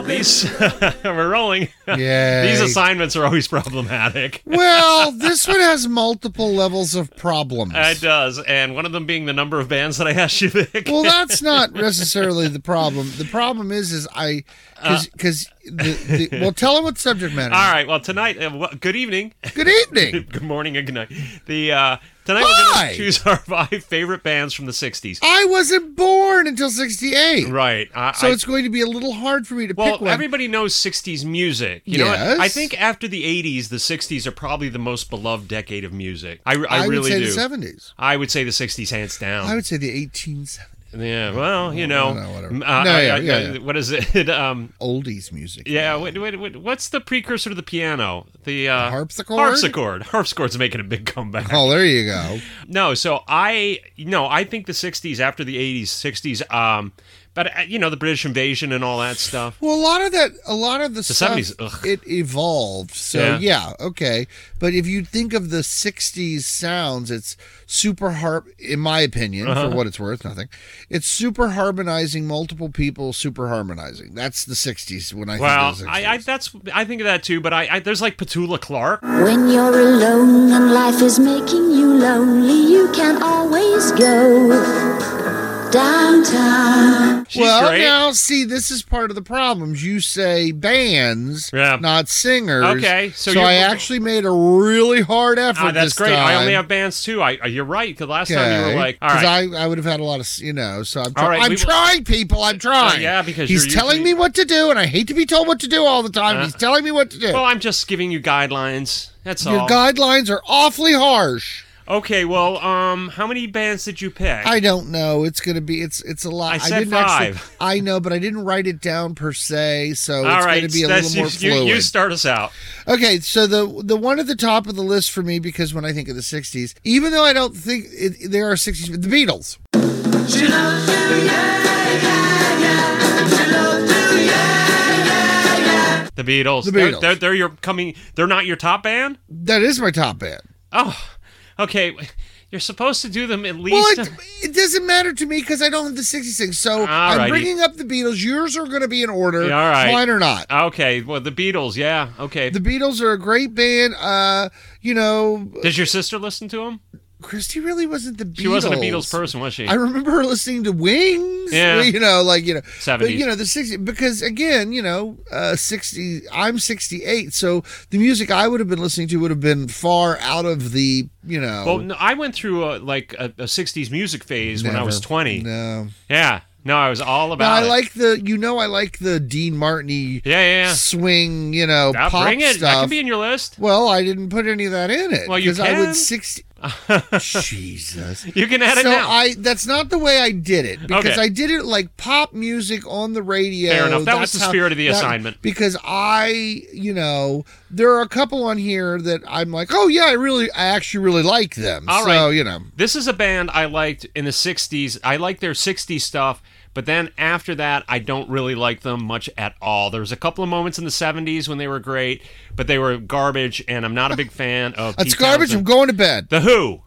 dice. We're rolling. Yeah. These assignments are always problematic. well, this one has multiple levels of problems. It does, and one of them being the number of bands that I asked you to pick. well, that's not necessarily the problem. The problem is, is I, Uh. because the, the well, tell him what subject matter. All right. Well, tonight. Uh, well, good evening. Good evening. Good morning and good night. The uh, tonight we're going Hi. to choose our five favorite bands from the '60s. I wasn't born until '68, Right. I, so I- it's going to be a little hard for me to well, pick one. everybody knows '60s music. You know, Yes. what? I think after the '80s, the '60s are probably the most beloved decade of music. I, I, I would really say do. the '70s. I would say the '60s, hands down. I would say the 1870s. Yeah, well, you know, no, whatever. m- uh, No, I- yeah, I- yeah, I- yeah. what is it? um, oldies music. yeah, wait, wait, wait, what's the precursor to the piano? The uh, Harpsichord? Harpsichord. Harpsichord's making a big comeback. Oh, there you go. No, so I no, I think the '60s after the '80s, '60s. Um, but uh, you know, the British invasion and all that stuff. Well, a lot of that, a lot of the, stuff, 70s, ugh. it evolved. So Yeah. yeah. okay. But if you think of the '60s sounds, it's super harp. In my opinion, Uh-huh. for what it's worth, nothing. It's super harmonizing. Multiple people super harmonizing. That's the '60s. When I Well, think of the 60s. I, I that's I think of that too. But I, I there's like Petula Clark. When you're alone and life is making you lonely, you can always go downtown. She's well, great. now see, this is part of the problems. You say bands, Yeah. not singers. Okay, so so, I you're- actually made a really hard effort. Ah, that's this great. I only time. have bands too. I you're right. The last time you were like, all Because right, I, I would have had a lot of, you know, so I'm, All right, I'm we will- trying, people. I'm trying. yeah, because he's you're telling usually- Uh-huh. me what to do, and I hate to be told what to do all the time. and he's telling me what to do. well, I'm just giving you guidelines. That's Your all. guidelines are awfully harsh. Okay, well, um, how many bands did you pick? I don't know. It's gonna be. It's it's a lot. I said didn't actually- five. I know, but I didn't write it down per se, so All it's right, gonna be a that's- little more you, you, fluid. you start us out. Okay, so the the one at the top of the list for me, because when I think of the '60s, even though I don't think it, there are '60s, but the Beatles. The Beatles. The They're- Beatles. They're, they're your coming. They're not your top band. That is my top band. Oh, okay. You're supposed to do them at Well, least. it, it doesn't matter to me because I don't have the 60s thing. So Alrighty. I'm bringing up the Beatles. Yours are going to be in order, Yeah, alright. mine or not. uh, okay. Well, the Beatles. Yeah. Okay. The Beatles are a great band. Uh, you know, Does your sister listen to them? Christy really wasn't the Beatles. She wasn't a Beatles person, was she? I remember her listening to Wings. Yeah. You know, like, you know. 70s. But, you know, the 60s. Because, again, you know, uh, 60, I'm 68. So the music I would have been listening to would have been far out of the, you know. well, no, I went through a, like a, a '60s music phase when I was never. 20. No. Yeah. No, I was all No, about. I it. like the, you know, I like the Dean Martiny Yeah, yeah. yeah. swing, you know, Ah, pop bring it. stuff. I can be in your list. well, I didn't put any of that in it. Well, you I can. would sixty. Jesus. You can add it so now. I that's not the way I did it because Okay. I did it like pop music on the radio. Fair enough. That was That's the spirit of the assignment. Because I, you know, there are a couple on here that I'm like, oh yeah, I really, I actually really like them. All so right. you know, This is a band I liked in the 60s. I like their 60s stuff, but then after that, I don't really like them much at all. There was a couple of moments in the 70s when they were great, but they were garbage, and I'm not a big fan of. that's Pete garbage. I'm Townsend. going to bed. The Who.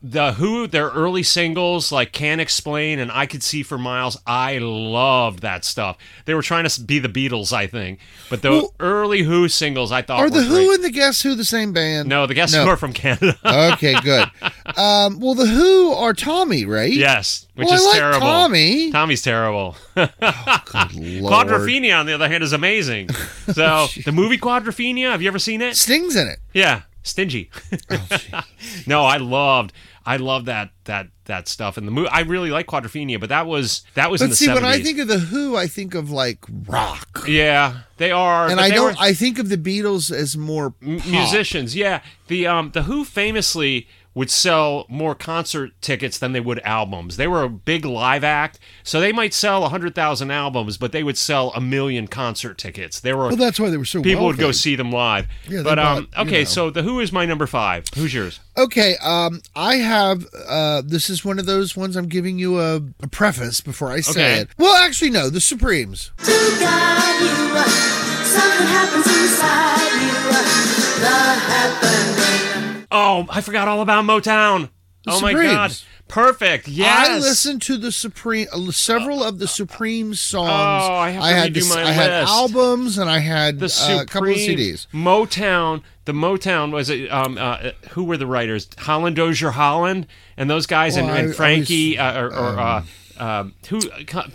The Who, their early singles like Can't Explain and I Could See for Miles, I loved that stuff. They were trying to s- be the Beatles, I think. But the Well, early Who singles I thought Are were the Who great. and the Guess Who the same band? No, the guests who are from Canada. okay, good. Um, well, the Who are Tommy, right? yes, which Well, I is like terrible. Tommy. Tommy's terrible. Lord. Quadrophenia, on the other hand, is amazing. So the movie Quadrophenia, have you ever seen it? Sting's in it. Yeah, stingy. Oh, no, I loved, I loved that that that stuff in the movie. I really like Quadrophenia, but that was that was in But the see, when I 70s. think of the Who, I think of like rock, yeah, they are, and but I they don't. were I think of the Beatles as more m- pop. musicians. Yeah, the um the Who famously would sell more concert tickets than they would albums. They were a big live act, so they might sell hundred thousand albums, but they would sell a million concert tickets. They were Well, that's why they were so. people would go wealthy. see them live. Yeah, they but um bought, you okay, know. so the Who is my number five. Who's yours? Okay, um, I have. Uh, this is one of those ones I'm giving you a, a preface before I say Okay. it. Well, actually, no, the Supremes. To guide you, something happens inside you. The happening. Oh, I forgot all about Motown. The oh my Supremes. god. Perfect. Yes. I listened to the Supreme, uh, several of the Supreme songs. Oh, I have to had redo this- my I had list. albums and I had the uh, Supreme a couple of CDs. Motown. The Motown was it? Um, uh, who were the writers? Holland Dozier Holland and those guys and, Well, Oh, I- I and was- Frankie uh, or, or uh, um, who? uh,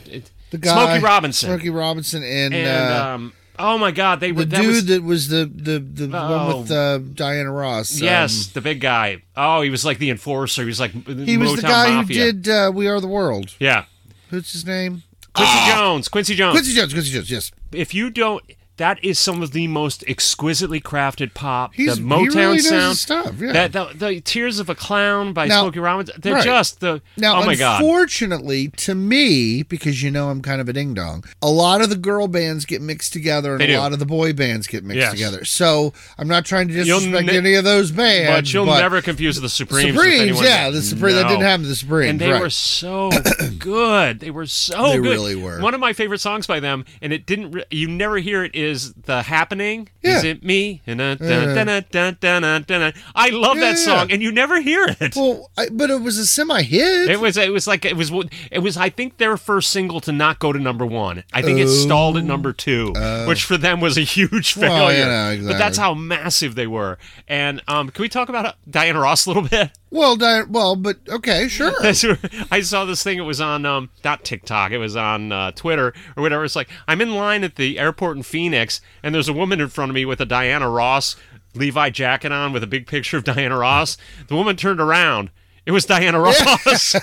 The guy, Smokey Robinson Smokey Robinson, and, and uh, um, oh my God, they were the that dude was, that was the the the one Oh. with uh, Diana Ross. um, yes, the big guy. Oh, he was like the enforcer. He was like he was the guy who did uh, "We Are the World." yeah. Who's his name? Quincy Jones, Quincy Jones. Ah. Quincy Jones. Quincy Jones. Yes, if you don't, that is some of the most exquisitely crafted pop. He's- the he Motown really knows his sound stuff, yeah. That the, the Tears of a Clown by Now- Smokey Robinson. They're right. just the. Now, oh my god. unfortunately, to me, because you know I'm kind of a ding dong, a lot of the girl bands get mixed together, and They a do. lot of the boy bands get mixed Yes. together. So I'm not trying to You'll disrespect ne- any of those bands, But you'll never confuse the Supremes. with Supremes, anyone yeah, else. the Supreme that No. didn't happen. to The Supremes, And they right. were so good. They were so They good. really were. One of my favorite songs by them, and it didn't. Re- you never hear it. Is the happening? Is Yeah. Uh. it me? And a- dun- dun- dun- dun- dun- dun- dun. I love Yeah, that yeah, song, yeah. and you never hear it. well, I, but it was a semi-hit. It was it was like it was it was I think their first single to not go to number one. I think it stalled at number two, which for them was a huge failure. Oh. Well, you know, But that's exactly. how massive they were. And um, can we talk about Diana Ross a little bit? well, di- well, but okay, sure. That's where- I saw this thing. It was on um, not TikTok. It was on uh, Twitter or whatever. It's like I'm in line at the airport in Phoenix, and there's a woman in front of me with a Diana Ross Levi jacket on with a big picture of Diana Ross. The woman turned around. It was Diana Ross.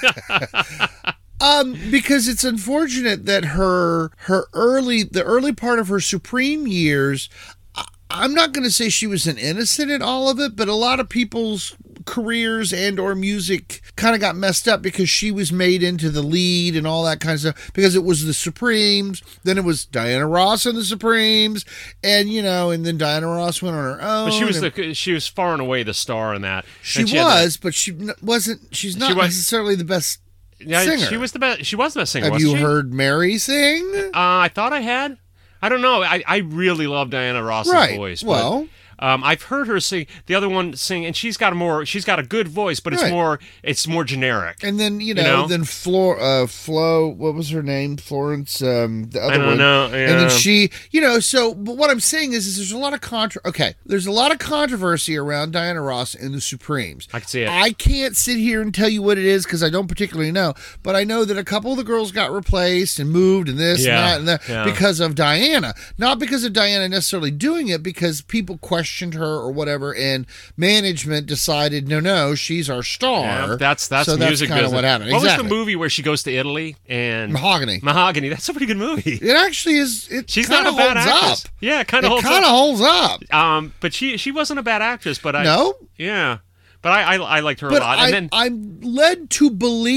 Um, because it's unfortunate that her her early the early part of her Supreme years, I, I'm not going to say she was an innocent in all of it, but a lot of people's careers and or music kind of got messed up because she was made into the lead and all that kind of stuff because it was the Supremes, then it was Diana Ross and the Supremes, and you know, and then Diana Ross went on her own. But she was and- the she was far and away the star in that. Oh, she And had was, but she n- wasn't. She's not was- necessarily the best The, yeah, singer. she was the best. She was the best singer. Have wasn't you she? heard Mary sing? Uh, I thought I had. I don't know. I, I really love Diana Ross's Right. voice. but, Well- um, I've heard her sing. The other one sing, and she's got a more. She's got a good voice, but it's Right. more. It's more generic. And then you know, know? then Flo, uh, Flo, what was her name? Florence, um, the other don't one. know, And yeah. then she, you know, so but what I'm saying is, is there's a lot of contra. Okay, there's a lot of controversy around Diana Ross and the Supremes. I can see it. I can't sit here and tell you what it is because I don't particularly know, but I know that a couple of the girls got replaced and moved and this Yeah, and that and that yeah. because of Diana, not because of Diana necessarily doing it, because people questioned her or whatever, and management decided, no, no, she's our star. Yeah, that's that's so music kind of business. what happened. What exactly. was the movie where she goes to Italy and Mahogany. Mahogany? That's a pretty good movie. It actually is. It She's kind not of a bad holds actress. up. Yeah, kind of It holds kind of up. holds up. Um, but she she wasn't a bad actress. But I No, Yeah, but I I, I liked her but a lot. I, and then I'm led to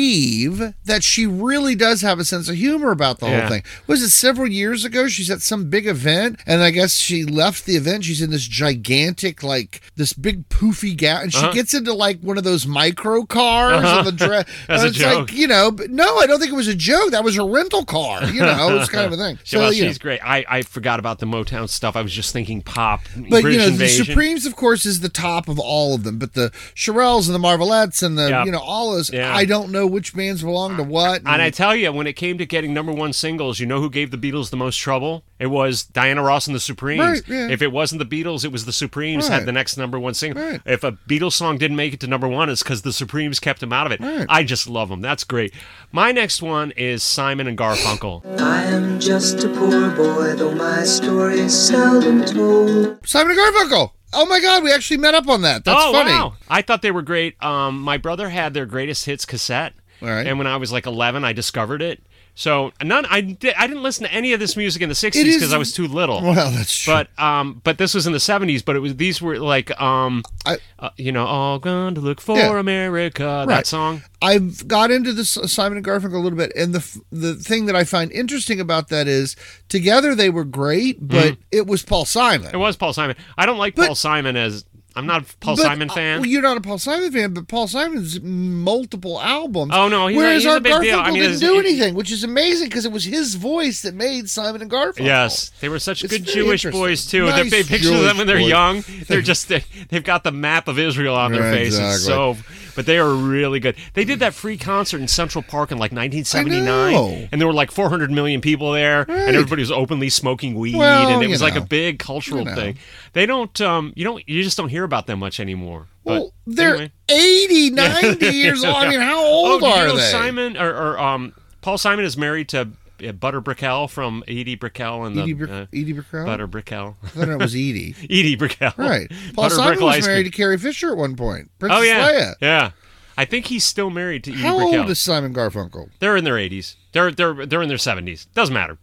believe that she really does have a sense of humor about the Yeah. whole thing. Was it several years ago? She's at some big event, and I guess she left the event. She's in this gigantic, like this big poofy gown, Uh-huh. and she gets into like one of those micro cars and the dress. As and Uh-huh. a it's joke. like you know, but no, I don't think it was a joke. That was her rental car. You know, it's kind of a thing. Yeah, well, you know. she's great. I, I forgot about the Motown stuff. I was just thinking pop, But British you know, invasion. the Supremes, of course, is the top of all of them. But the Shirelles and the Marvelettes and the Yeah. you know all those. Yeah. I don't know which bands belong to what. and I tell you, when it came to getting number one singles, you know who gave the Beatles the most trouble? It was Diana Ross and the Supremes. Right, yeah. If it wasn't the Beatles, it was the Supremes Right. had the next number one single. Right. If a Beatles song didn't make it to number one, it's because the Supremes kept them out of it. Right. I just love them. That's great. My next one is Simon and Garfunkel. I am just a poor boy, though my story is seldom told. Simon and Garfunkel. Oh my God, we actually met up on that. That's oh funny. wow! I thought they were great. Um, my brother had their greatest hits cassette, All right. and when I was like 11, I discovered it. So none, I did, I didn't listen to any of this music in the 60s is- because I was too little. Well, that's true. but um, but this was in the 70s. But it was these were like um, I- uh, you know, all gone to look for Yeah. America. Right. That song. I've got into this Simon and Garfunkel a little bit, and the f- the thing that I find interesting about that is together they were great, but Mm-hmm. it was Paul Simon. It was Paul Simon. I don't like But- Paul Simon as I'm not a Paul But, Simon uh, fan. well, you're not a Paul Simon fan, but Paul Simon's multiple albums. Oh, no, he's a- whereas he's a our big Garfunkel deal. I mean, didn't it's- do it- anything, which is amazing because it was his voice that made Simon and Garfunkel. Yes, they were such It's good very Jewish interesting. boys too. Nice they they picture Jewish them when they're boys. young. They're just they, they've got the map of Israel on their Right, face. It's exactly. so. But they are really good. They did that free concert in Central Park in like 1979, know. and there were like 400 million people there, and everybody was openly smoking weed, Well, and it you was like a know. big cultural know. thing. They don't, um, you don't, you just don't hear about them much anymore. But Well, they're anyway. 80, 90 years old. I mean, how oh, old do you are know they? Simon or, or um, Paul Simon is married to uh, Butter Brickell from Edie Brickell and the Edie, Brick- uh, Edie Brickell? Butter Brickell. I thought it was Edie. Edie Brickell. Right. Paul Butter Simon Brickell ice was cream. married to Carrie Fisher at one point. Princess Oh yeah, Leia. yeah. I think he's still married to Edie How Brickell. old is Simon Garfunkel? They're in their 80s. They're they're they're in their 70s. Doesn't matter.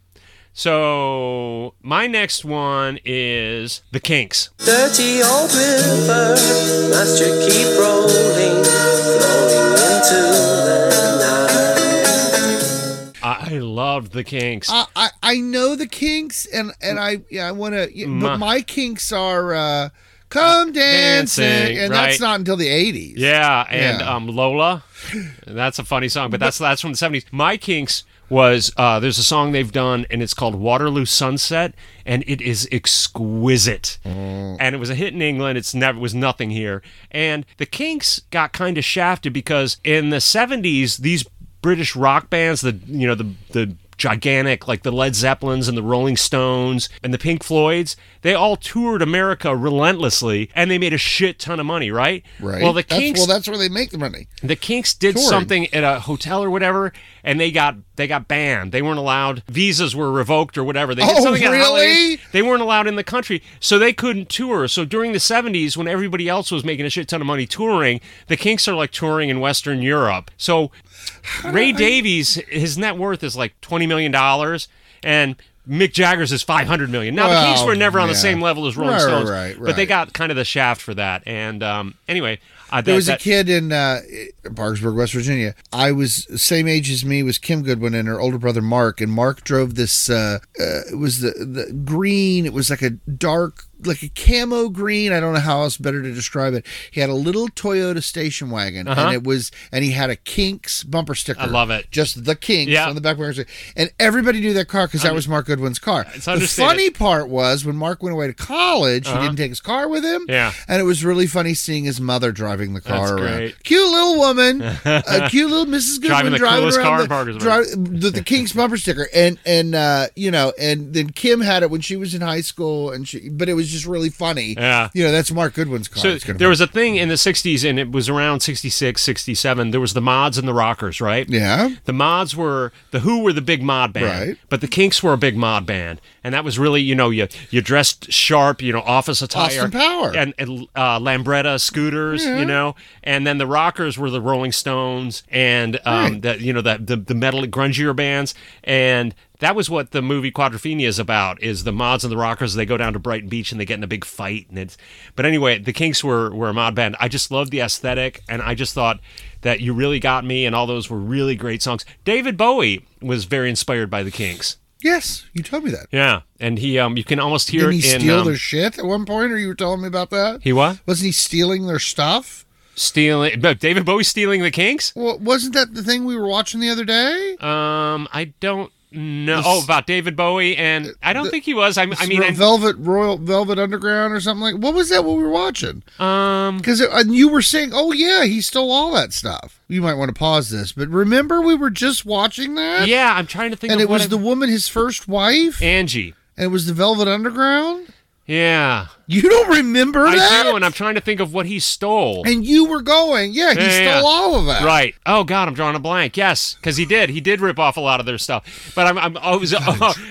So my next one is the Kinks. Dirty old river must you keep rolling, flowing into the night. I, I loved the Kinks. I, I I know the kinks and and I yeah, I want to My- but my kinks are uh come dancing, Dancing, and right. that's not until the 80s. Yeah, and Yeah. Um, Lola. That's a funny song, but that's that's from the seventies. My Kinks was uh, there's a song they've done, and it's called Waterloo Sunset, and it is exquisite. Mm. And it was a hit in England. It's never was nothing here, and the Kinks got kind of shafted because in the seventies these British rock bands, the you know the the gigantic like the Led Zeppelins and the Rolling Stones and the Pink Floyds, they all toured America relentlessly and they made a shit ton of money, right? Right. Well, the That's- Kinks well, that's where they make the money. the Kinks did Touring. something at a hotel or whatever, and they got they got banned. They weren't allowed. Visas were revoked or whatever. They did Oh, something at really? holidays. They weren't allowed in the country, so they couldn't tour. So during the '70s, when everybody else was making a shit ton of money touring, the Kinks are like touring in Western Europe. So Ray Davies, his net worth is like twenty million dollars, and Mick Jagger's is five hundred million. Now the Well, Kinks were never on the yeah. same level as Rolling Right, Stones, right, but they right. got kind of the shaft for that. And um, anyway, uh, There that- was a that- kid in uh, Parksburg, West Virginia. I was same age as me was Kim Goodwin and her older brother Mark, and Mark drove this. Uh, uh, it was the the green. It was like a dark, like a camo green. I don't know how else better to describe it. He had a little Toyota station wagon, and it was, and he had a Kinks bumper sticker. I Uh-huh. love it. Just the Kinks Yeah. on the back bumper, and everybody knew that car because that was Mark Goodwin's car. The understated. funny part was when Mark went away to college, he didn't take his car with him. Uh-huh. Yeah. And it was really funny seeing his mother driving the car That's around. great. Cute little woman, a cute little Mrs. Driving Goodwin driving, the coolest around car in the, Parkersburg. drive- the, the King's bumper sticker, and and uh, you know, and then Kim had it when she was in high school, and she, but it was just really funny. Yeah. you know, that's Mark Goodwin's car. So It's gonna there be- was a thing in the 60s, and it was around 66, 67. There was the mods and the rockers, right? yeah, The mods were the Who were the big mod band, Right. but the Kinks were a big mod band, and that was really you know you you dressed sharp, you know office attire, Austin Power. and, and, uh, Lambretta scooters, you know, and then the rockers were the Rolling Stones and um, Right. the you know the, the the metal grungier bands, and that was what the movie Quadrophenia is about: is the mods and the rockers. They go down to Brighton Beach and they get in a big fight, and it's. But anyway, the Kinks were were a mod band. I just loved the aesthetic, and I just thought that you really got me, and all those were really great songs. David Bowie was very inspired by the Kinks. yes, you told me that. Yeah, and he um, you can almost hear Didn't he it in steal um, their shit at one point, or you were telling me about that? He what? Wasn't he stealing their stuff? stealing. But David Bowie stealing the Kinks. Well, wasn't that the thing we were watching the other day? Um, I don't know. oh, about David Bowie, and I don't think he was. I, I mean, I- Velvet Royal Velvet Underground or something like. What was that? What we were watching? um, Because and you were saying, "Oh yeah, he stole all that stuff." You might want to pause this, but remember we were just watching that, yeah, I'm trying to think. and of it what was I- the woman, his first wife, and, Angie. it was the Velvet Underground. Yeah, You don't remember I that? do, and I'm trying to think of what he stole. And you were going, yeah, he Yeah, stole yeah, yeah. all of that, Right. Oh God, I'm drawing a blank. Yes, because he did. He did rip off a lot of their stuff. But I'm, I'm I was You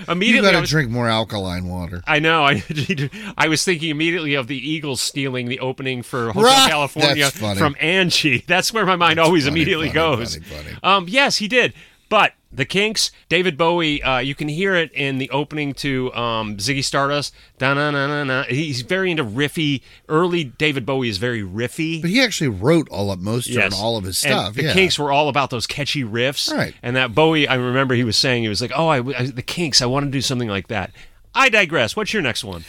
immediately. got I to was- drink more alkaline water. I know. I I was thinking immediately of the Eagles stealing the opening for Hotel Right. California That's funny. from Angie. That's where my mind always funny, immediately funny, goes. funny, funny. Um, yes, he did. But the Kinks, David Bowie, uh, you can hear it in the opening to um, Ziggy Stardust. Da na na na na. He's very into riffy. Early David Bowie is very riffy. But he actually wrote all up most and all of his And stuff. the yeah. Kinks were all about those catchy riffs. Right. And that Bowie, I remember he was saying, he was like, oh, I, I- the Kinks, I want to do something like that. I digress. What's your next one?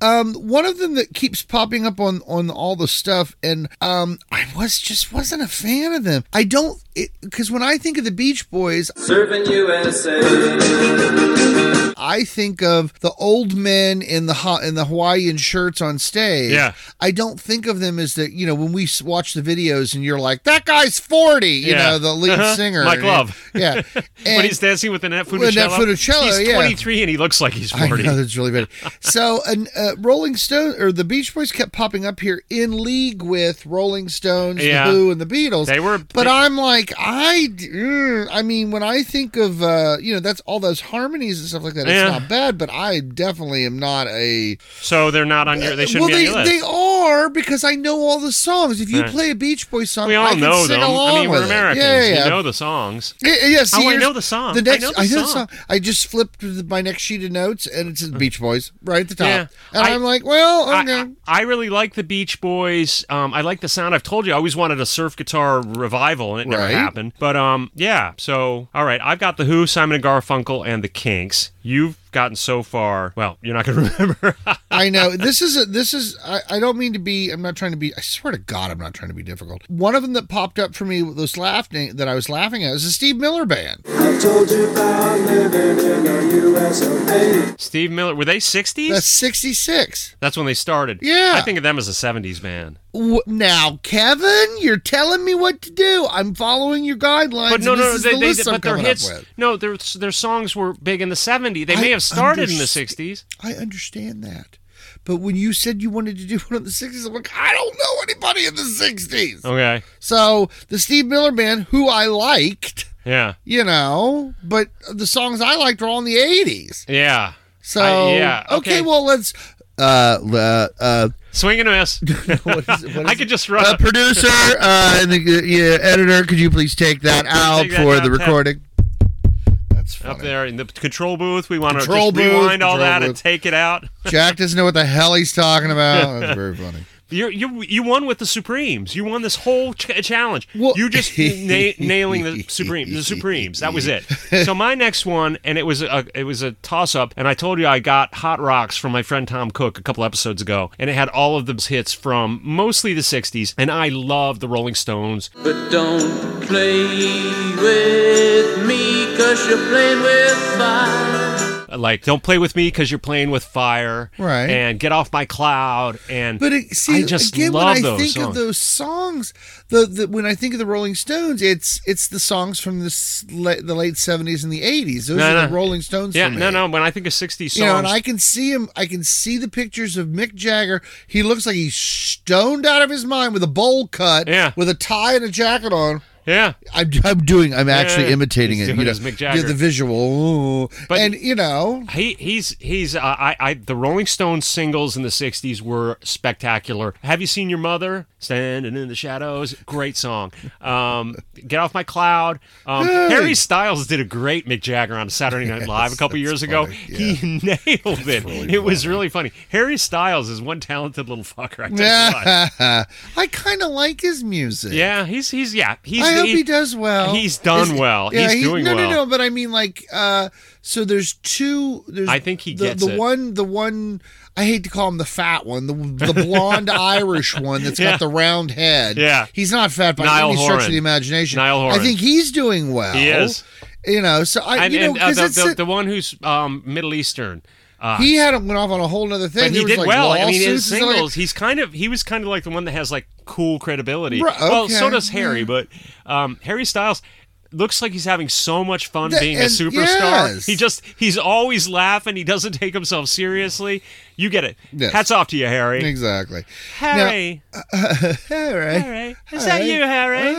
um, one of them that keeps popping up on on all the stuff, and um, I was just wasn't a fan of them. I don't because when I think of the Beach Boys, Serving USA. I I think of the old men in the ha- in the Hawaiian shirts on stage. Yeah. I don't think of them as the you know when we s- watch the videos and you're like that guy's forty. You Yeah. know the lead Uh-huh. singer, Mike Love. Yeah, when he's dancing with Annette Funicello, With Annette Funicello, he's yeah. 23 and he looks like he's I 40. know that's really bad. So, and uh, Rolling Stone or the Beach Boys kept popping up here in league with Rolling Stones, Yeah. the Who, and the Beatles. They were- but they- I'm like, I, d- mm, I mean, when I think of, uh, you know, that's all those harmonies and stuff like that. It's Yeah. not bad, but I definitely am not a. So they're not on your. They shouldn't well, be they on your they list. are because I know all the songs. If you Right. play a Beach Boys song, we all I can know sing them. I along mean, with we're Americans. It. Yeah, yeah, yeah. We know the songs. Yeah, yeah, see, Oh, I here's- know the song. The I next, know the I know the song. song. I just flipped to the, my next sheet of notes, and it says Beach Boys right at the top. Yeah. And I- I, am like, well, I- okay. I, I really like the Beach Boys. Um, I like the sound. I've told you I always wanted a surf guitar revival, and it never Right. happened. But um, yeah. So all right, I've got the Who, Simon and Garfunkel, and the Kinks. You've gotten so far. Well, you're not going to remember. I know this is a this is. I, I don't mean to be. I'm not trying to be. I swear to God, I'm not trying to be difficult. One of them that popped up for me that was laughing that I was laughing at is the Steve Miller Band. I've told you about living in the US of A. Steve Miller. Were they 60s? That's 66. That's when they started. Yeah. I think of them as a 70s band. W- now, Kevin, you're telling me what to do. I'm following your guidelines. But no, and no, this no is they, the they list did- I'm but their coming up hits. with. No, their their songs were big in the 70s. They I may have started in the underst- 60s. I understand that. But when you said you wanted to do one in the 60s, I'm like, I don't know anybody in the 60s. Okay. So the Steve Miller Band, who I liked, Yeah. you know, but the songs I liked were all in the 80s. Yeah. So, I- yeah, okay. well, let's. Uh, uh, uh, Swing and a miss. what is it? What I is it? could just run. Uh, producer uh, and the uh, yeah, editor, could you please take that out Take that for out, the Pat. recording? That's funny. up there in the control booth. We want to Control just booth, rewind all control that and booth. take it out. Jack doesn't know what the hell he's talking about. That's very funny. You you you won with the Supremes. You won this whole ch- challenge. Well- you just na- nailing the Supremes. The Supremes. That was it. So my next one, and it was a it was a toss up. And I told you I got Hot Rocks from my friend Tom Cook a couple episodes ago, and it had all of those hits from mostly the '60s. And I love the Rolling Stones. But don't play with me, cause you're playing with fire. Like "Don't Play with Me" because you're playing with fire. Right. And "Get Off My Cloud." And But it, see, I just again, love when I those think songs. of those songs, the, the when I think of the Rolling Stones, it's it's the songs from the s- la- the late seventies and the eighties. Those No, are no. the Rolling Stones. Yeah, for me. no, no. When I think of '60s songs, You know, and I can see him. I can see the pictures of Mick Jagger. He looks like he's stoned out of his mind with a bowl cut, Yeah. with a tie and a jacket on. yeah, I'm, I'm doing. I'm actually yeah. imitating He's it. doing you know, his Mick Jagger. Yeah, the visual, But- and you know, he he's he's uh, I I the Rolling Stones singles in the '60s were spectacular. Have you seen your mother standing in the shadows? Great song. Um, Get off my cloud. Um, Hey. Harry Styles did a great Mick Jagger on Saturday Night Live a couple that's years ago. funny, He nailed it. it was really funny. Harry Styles is one talented little fucker. I tell you what. I kind of like his music. Yeah, he's he's yeah he's I hope he does well. He's done well. he's he- doing no, well. No, no, But I mean, like, uh, so there's two. There's I think he the, gets the it. one. The one. I hate to call him the fat one, the the blonde Irish one that's Yeah. got the round head. Yeah. he's not fat by Niall any stretch Horan. of the imagination. Niall I Horan. think he's doing well. He is. You know, so I, and, you know, and, uh, 'cause the, it's the, a- the one who's um, Middle Eastern. Uh, he had went off on a whole other but thing. he There was, did like, well. I mean, his lawsuits and stuff like- singles. He's kind of he was kind of like the one that has like cool credibility. Right, Well, so okay, does Harry, yeah. but um, Harry Styles looks like he's having so much fun Th- being a and- superstar. yes. He just he's always laughing. He doesn't take himself seriously. You get it. Yes. Hats off to you, Harry. Exactly. Harry, All right. Harry, is that you, uh, Harry?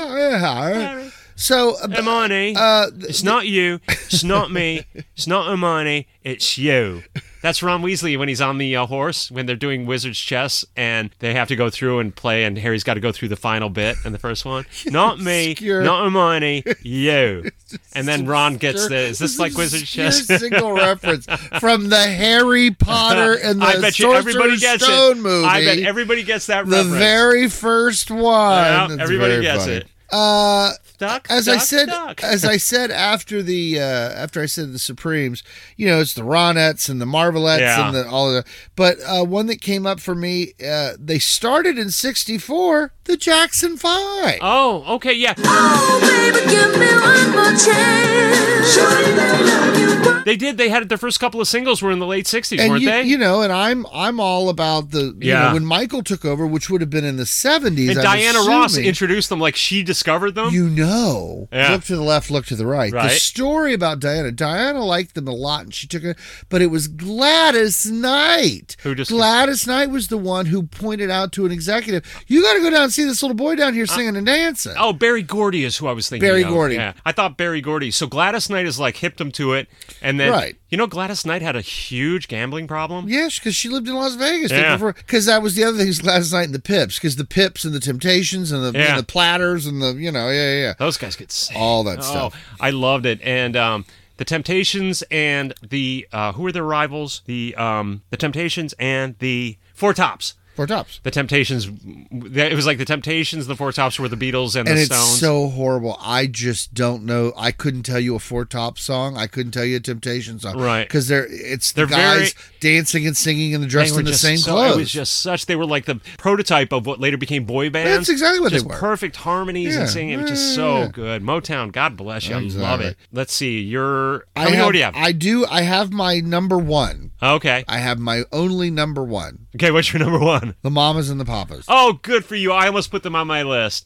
Harry. So, uh, but, Imani. uh, th- It's not you. It's not me. It's not Hermione. It's you. That's Ron Weasley when he's on the uh, horse when they're doing Wizard's Chess and they have to go through and play, and Harry's got to go through the final bit and the first one. Not me. Obscure. Not Hermione. You. And then Ron gets the. Is this like Wizard's obscure Chess? single reference from the Harry Potter and the I bet you Sorcerer's everybody gets Stone it. movie. I bet everybody gets that the reference. very first one. Yeah, That's everybody very gets funny. it. Uh, Duck, as I duck, said, duck. as I said after the uh, after I said the Supremes, you know, it's the Ronettes and the Marvelettes Yeah. and the, all of that. But uh, one that came up for me, uh, they started in '64. the Jackson Five. Oh, okay, yeah. Oh, baby, give me one more chance. Surely they love you. They did. They had their first couple of singles were in the late '60s, and weren't you, they? you know, and I'm I'm all about the you Yeah. know when Michael took over, which would have been in the 70s. and I'm Diana Ross assuming. introduced them like she discovered them. you know, Yeah. look to the left, look to the right. Right. The story about Diana. Diana liked them a lot, and she took it. But it was Gladys Knight. Who just- Gladys Knight was the one who pointed out to an executive, "You got to go down and see this little boy down here singing and dancing." Uh, oh, Barry Gordy is who I was thinking. Barry of. Gordy. Yeah, I thought Barry Gordy. So Gladys Knight is like hipped him to it, and then Right. you know Gladys Knight had a huge gambling problem. Yes, because she lived in Las Vegas. Yeah. Because that was the other things last night in the Pips. Because the Pips and the Temptations and the, and Yeah. the Platters and the you know yeah yeah. yeah. Those guys get sick. All that Oh, stuff. I loved it. And um, the Temptations and the uh, who are their rivals? The um, the Temptations and the Four Tops. Four tops. The Temptations. It was like the Temptations, the Four Tops were the Beatles and, And the it's Stones. so horrible. I just don't know. I couldn't tell you a Four Top song. I couldn't tell you a Temptation song. Right. Because they're it's the They're very- guys dancing and singing and dressed were in the just same so- clothes. It was just such. They were like the prototype of what later became boy bands. That's exactly what they just were. Perfect harmonies Yeah. and singing. It was just Yeah. so good. Motown. God bless you. I love Exactly. it. Let's see. You're. How I many have, more do you have? I do. I have my number one. okay. I have my only number one. Okay. What's your number one? The Mamas and the Papas. Oh, good for you. I almost put them on my list.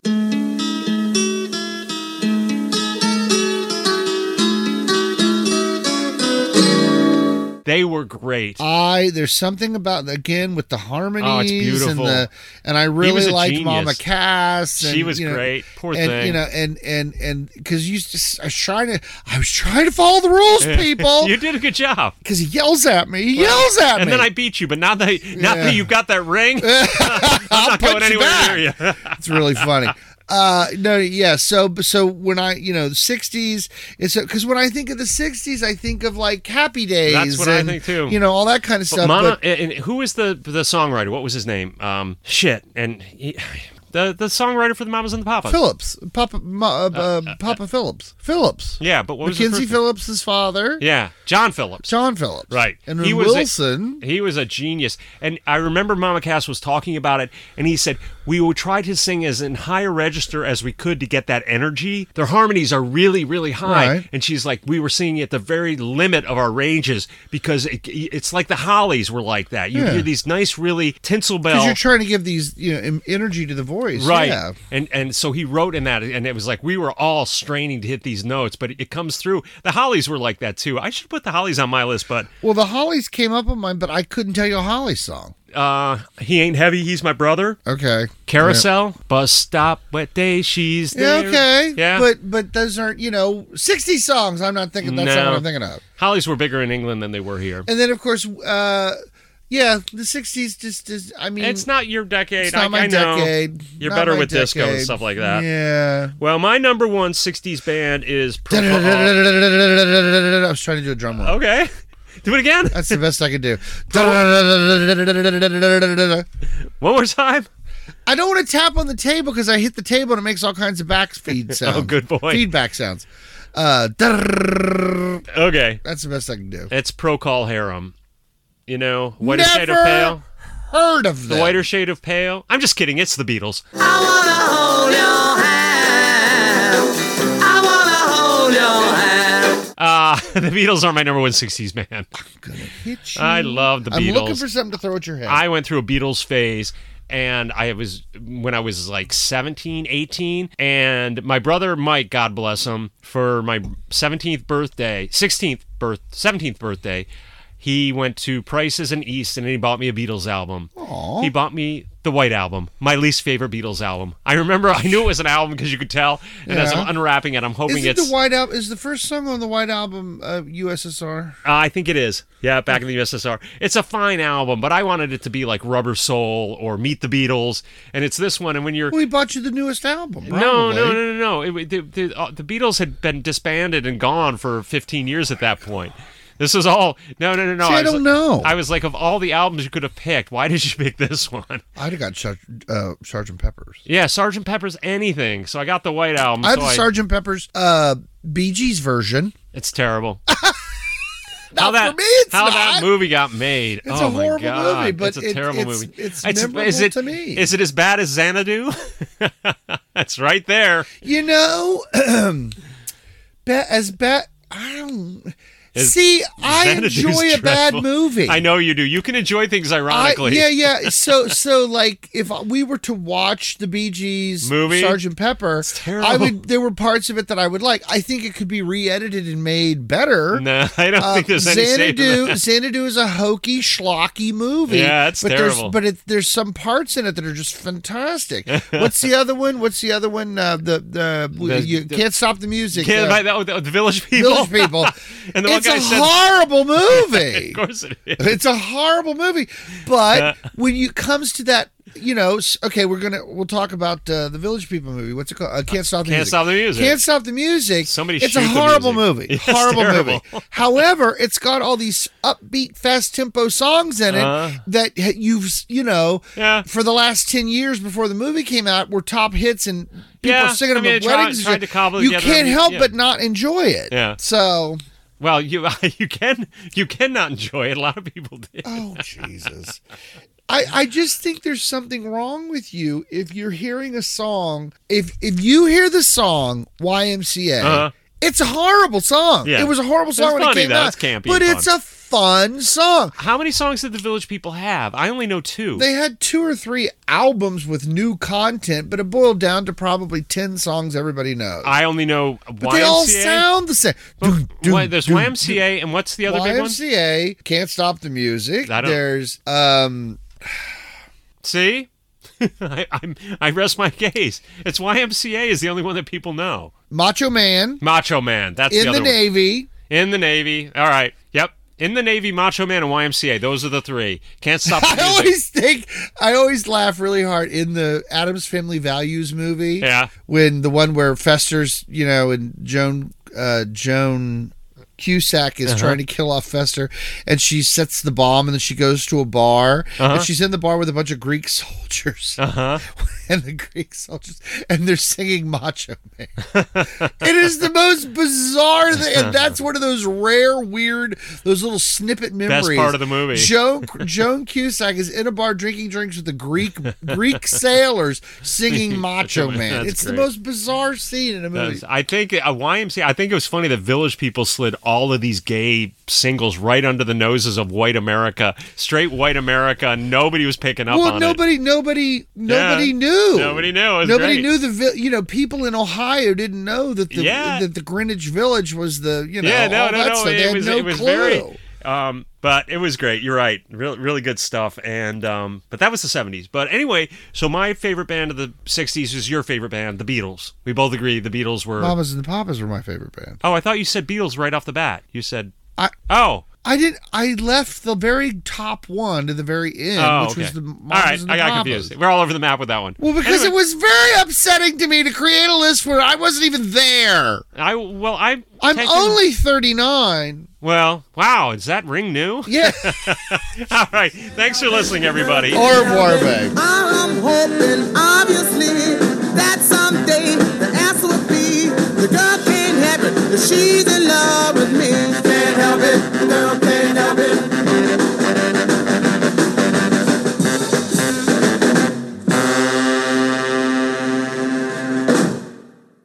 They were great. I there's something about again with the harmonies and Oh, beautiful. the and I really a liked genius. Mama Cass. And, She was you know, great. Poor and, thing. You know, and and and because you just I was trying to I was trying to follow the rules, people. you did a good job. Because he yells at me, he yells at and me. then I beat you, but now that now Yeah. that you've got that ring, I'm not punch going you anywhere back. near you. it's really funny. Uh no yeah so so when I you know the 60s it's because when I think of the 60s I think of like Happy Days what I and, think, too. you know all that kind of stuff Mono- but and, and who was the the songwriter? What was his name? Um, shit, and he, the the songwriter for the Mamas and the Papas. Phillips Papa Ma, uh, uh, Papa Phillips Phillips Yeah, but what was his Mackenzie first- Phillips' father Yeah, John Phillips. John Phillips Right. and He was a- Wilson He was a genius. And I remember Mama Cass was talking about it, and he said, We will try to sing as in high a register as we could to get that energy. Their harmonies are really, really high. Right. And she's like, We were singing at the very limit of our ranges because it, it's like the Hollies were like that. You Yeah. hear these nice, really tinsel bell. because you're trying to give these you know em- energy to the voice Right. yeah. And and so he wrote in that and it was like we were all straining to hit these notes, but it comes through. The Hollies were like that too. I should put the Hollies on my list, but well the Hollies came up on mine but I couldn't tell you a Holly song uh he ain't heavy, he's my brother. okay Carousel, bus stop, wet day, she's Yeah, there. okay. Yeah. But but those aren't, you know, 60 songs. I'm not thinking that's not No. what I'm thinking of. Hollies were bigger in England than they were here. And then of course uh yeah, the 60s just is I mean It's not your decade. it's not I, my I know. decade. You're Not better my with disco and decade. stuff like that. Yeah. Well, my number one 60s band is Purple. Heart. I was trying to do a drum roll. Okay. Do it again. That's the best I could do. One more time. I don't want to tap on the table because I hit the table and it makes all kinds of back feed sounds. Oh, good boy. Feedback sounds. Uh, that's Okay. the best I can do. It's Procol Harum. You know, Whiter Shade of Never Pale. Heard of The them. Whiter Shade of Pale. I'm just kidding. It's the Beatles. Uh, the Beatles are my number one 60s band. gonna hit you. I love the I'm Beatles. looking for something to throw at your head. I went through a Beatles phase and I was when I was like 17, 18 and my brother Mike, God bless him, for my 17th birthday, 16th birth, 17th birthday, he went to Prices and East and he bought me a Beatles album. He bought me the White Album, my least favorite Beatles album. I remember I knew it was an album because you could tell. And as Yeah. I'm unwrapping it, I'm hoping Isn't the it's. White Album is the first song on the White Album uh, USSR? Uh, I think it is. Yeah, back in the USSR. It's a fine album, but I wanted it to be like Rubber Soul or Meet the Beatles, and it's this one. And when you're Well, he bought you the newest album. Probably. no, no, no, no, no. It, the, the, uh, the Beatles had been disbanded and gone for 15 years at that point. This is all. No, no, no, no. See, I was don't like- know. I was like, of all the albums you could have picked, why did you pick this one? I'd have got Sar- uh, Sergeant Pepper's. Yeah, Sergeant Pepper's anything. So I got the White Album. I have so the Sergeant Pepper's uh, Bee Gees version. It's terrible. how Not that for me, it's how that not. movie got made. It's oh a my horrible God. movie, but it's a it- terrible it's- movie. it's is memorable it, to me. Is it as bad as Xanadu? That's right there. You know, ba- as bad. I don't Is- see. I Xanadu's enjoy a bad dreadful. movie. I know you do. You can enjoy things I- ironically. yeah, yeah. So, so like, if we were to watch the Bee Gees Movie? Sergeant Pepper, terrible. I would. There were parts of it that I would like. I think it could be re-edited and made better. No, I don't Uh, think there's any saving Xanadu, that. Xanadu is a hokey, schlocky movie. Yeah, it's but terrible. There's, but it, there's some parts in it that are just fantastic. What's the other one? What's the other one? Uh, the the, The- you the- can't stop the music. Can't uh, buy that with the, the village people. Village people. and the it's one guy a said, horrible movie. "Of course it is." It's a horrible movie, but when you comes to that, you know, s- okay, we're gonna we'll talk about uh, the Village People movie. What's it called? Uh, Can't stop the Can't music. Stop the Music. Can't stop the music. Somebody It's shoot a the horrible music. movie. It's horrible terrible. movie. However, it's got all these upbeat, fast tempo songs in it Uh-huh. that h- you've s- you know Yeah. for the last ten years before the movie came out were top hits and people Yeah, are singing I mean, them they at tried- weddings. and tried shit. to cobble you together can't a mu- help yeah. but not enjoy it. Yeah. So Well, you you can you cannot enjoy it. A lot of people did. Oh Jesus. I, I just think there's something wrong with you if you're hearing a song. If if you hear the song YMCA, Uh-huh. it's a horrible song. Yeah. It was a horrible It's song when funny, it came though. out. It's campy but and it's fun. a fun song. How many songs did the village people have? I only know two. They had two or three albums with new content, but it boiled down to probably ten songs everybody knows. I only know but YMCA. they all sound the same. Dun, dun, Why- there's dun, YMCA, and what's the other big one? YMCA can't stop the music. I don't- There's um See, I, I'm, I rest my case. It's YMCA is the only one that people know. Macho Man Macho Man. That's in the the, other one. Navy. In the Navy. All right. Yep. In the Navy, Macho Man, and YMCA. Those are the three. Can't stop the I music. always think I always laugh really hard in the Adams Family Values movie. Yeah. When the one where Fester's, you know, and Joan uh Joan Cusack Uh-huh. is trying to kill off Fester and she sets the bomb and then she goes to a bar and she's in the bar with a bunch of Greek soldiers. Uh-huh. and the Greek soldiers, and they're singing Macho Man. it is the most bizarre thing, and that's one of those rare, weird, those little snippet memories. part of the movie. Joan Joan Cusack is in a bar drinking drinks with the Greek Greek sailors singing Macho Man, Man. that's It's great. the most bizarre scene in That a movie. was- I think uh, YMCA. I think it was funny that Village People slid all of these gay singles right under the noses of white America, straight white America. and Nobody was picking up well, on nobody, nobody, nobody Yeah. knew. Nobody knew. It was Nobody great. knew the vi- you know people in Ohio didn't know that the Yeah. that the Greenwich Village was the you it. know yeah, no, all no, that no. stuff. it they had was, no it was clue. very. Um, but it was great. You're right. Really, really good stuff. And um, but that was the '70s. But anyway, so my favorite band of the '60s is your favorite band, the Beatles. We both agree the Beatles were. Mamas and the Papas were my favorite band. oh, I thought you said Beatles right off the bat. You said. I- oh. I did. I left the very top one to the very end, Oh, which was okay. the all Mamas right. and the I got Papas. confused. We're all over the map with that one. Well, because Anyway. it was very upsetting to me to create a list where I wasn't even there. I well, I I'm only 39. well. Wow, is that ring new? Yeah. All right, thanks for listening, everybody. Au revoir, babe. All I'm hoping, obviously, that someday the answer will be the girl can't have it, 'cause she's in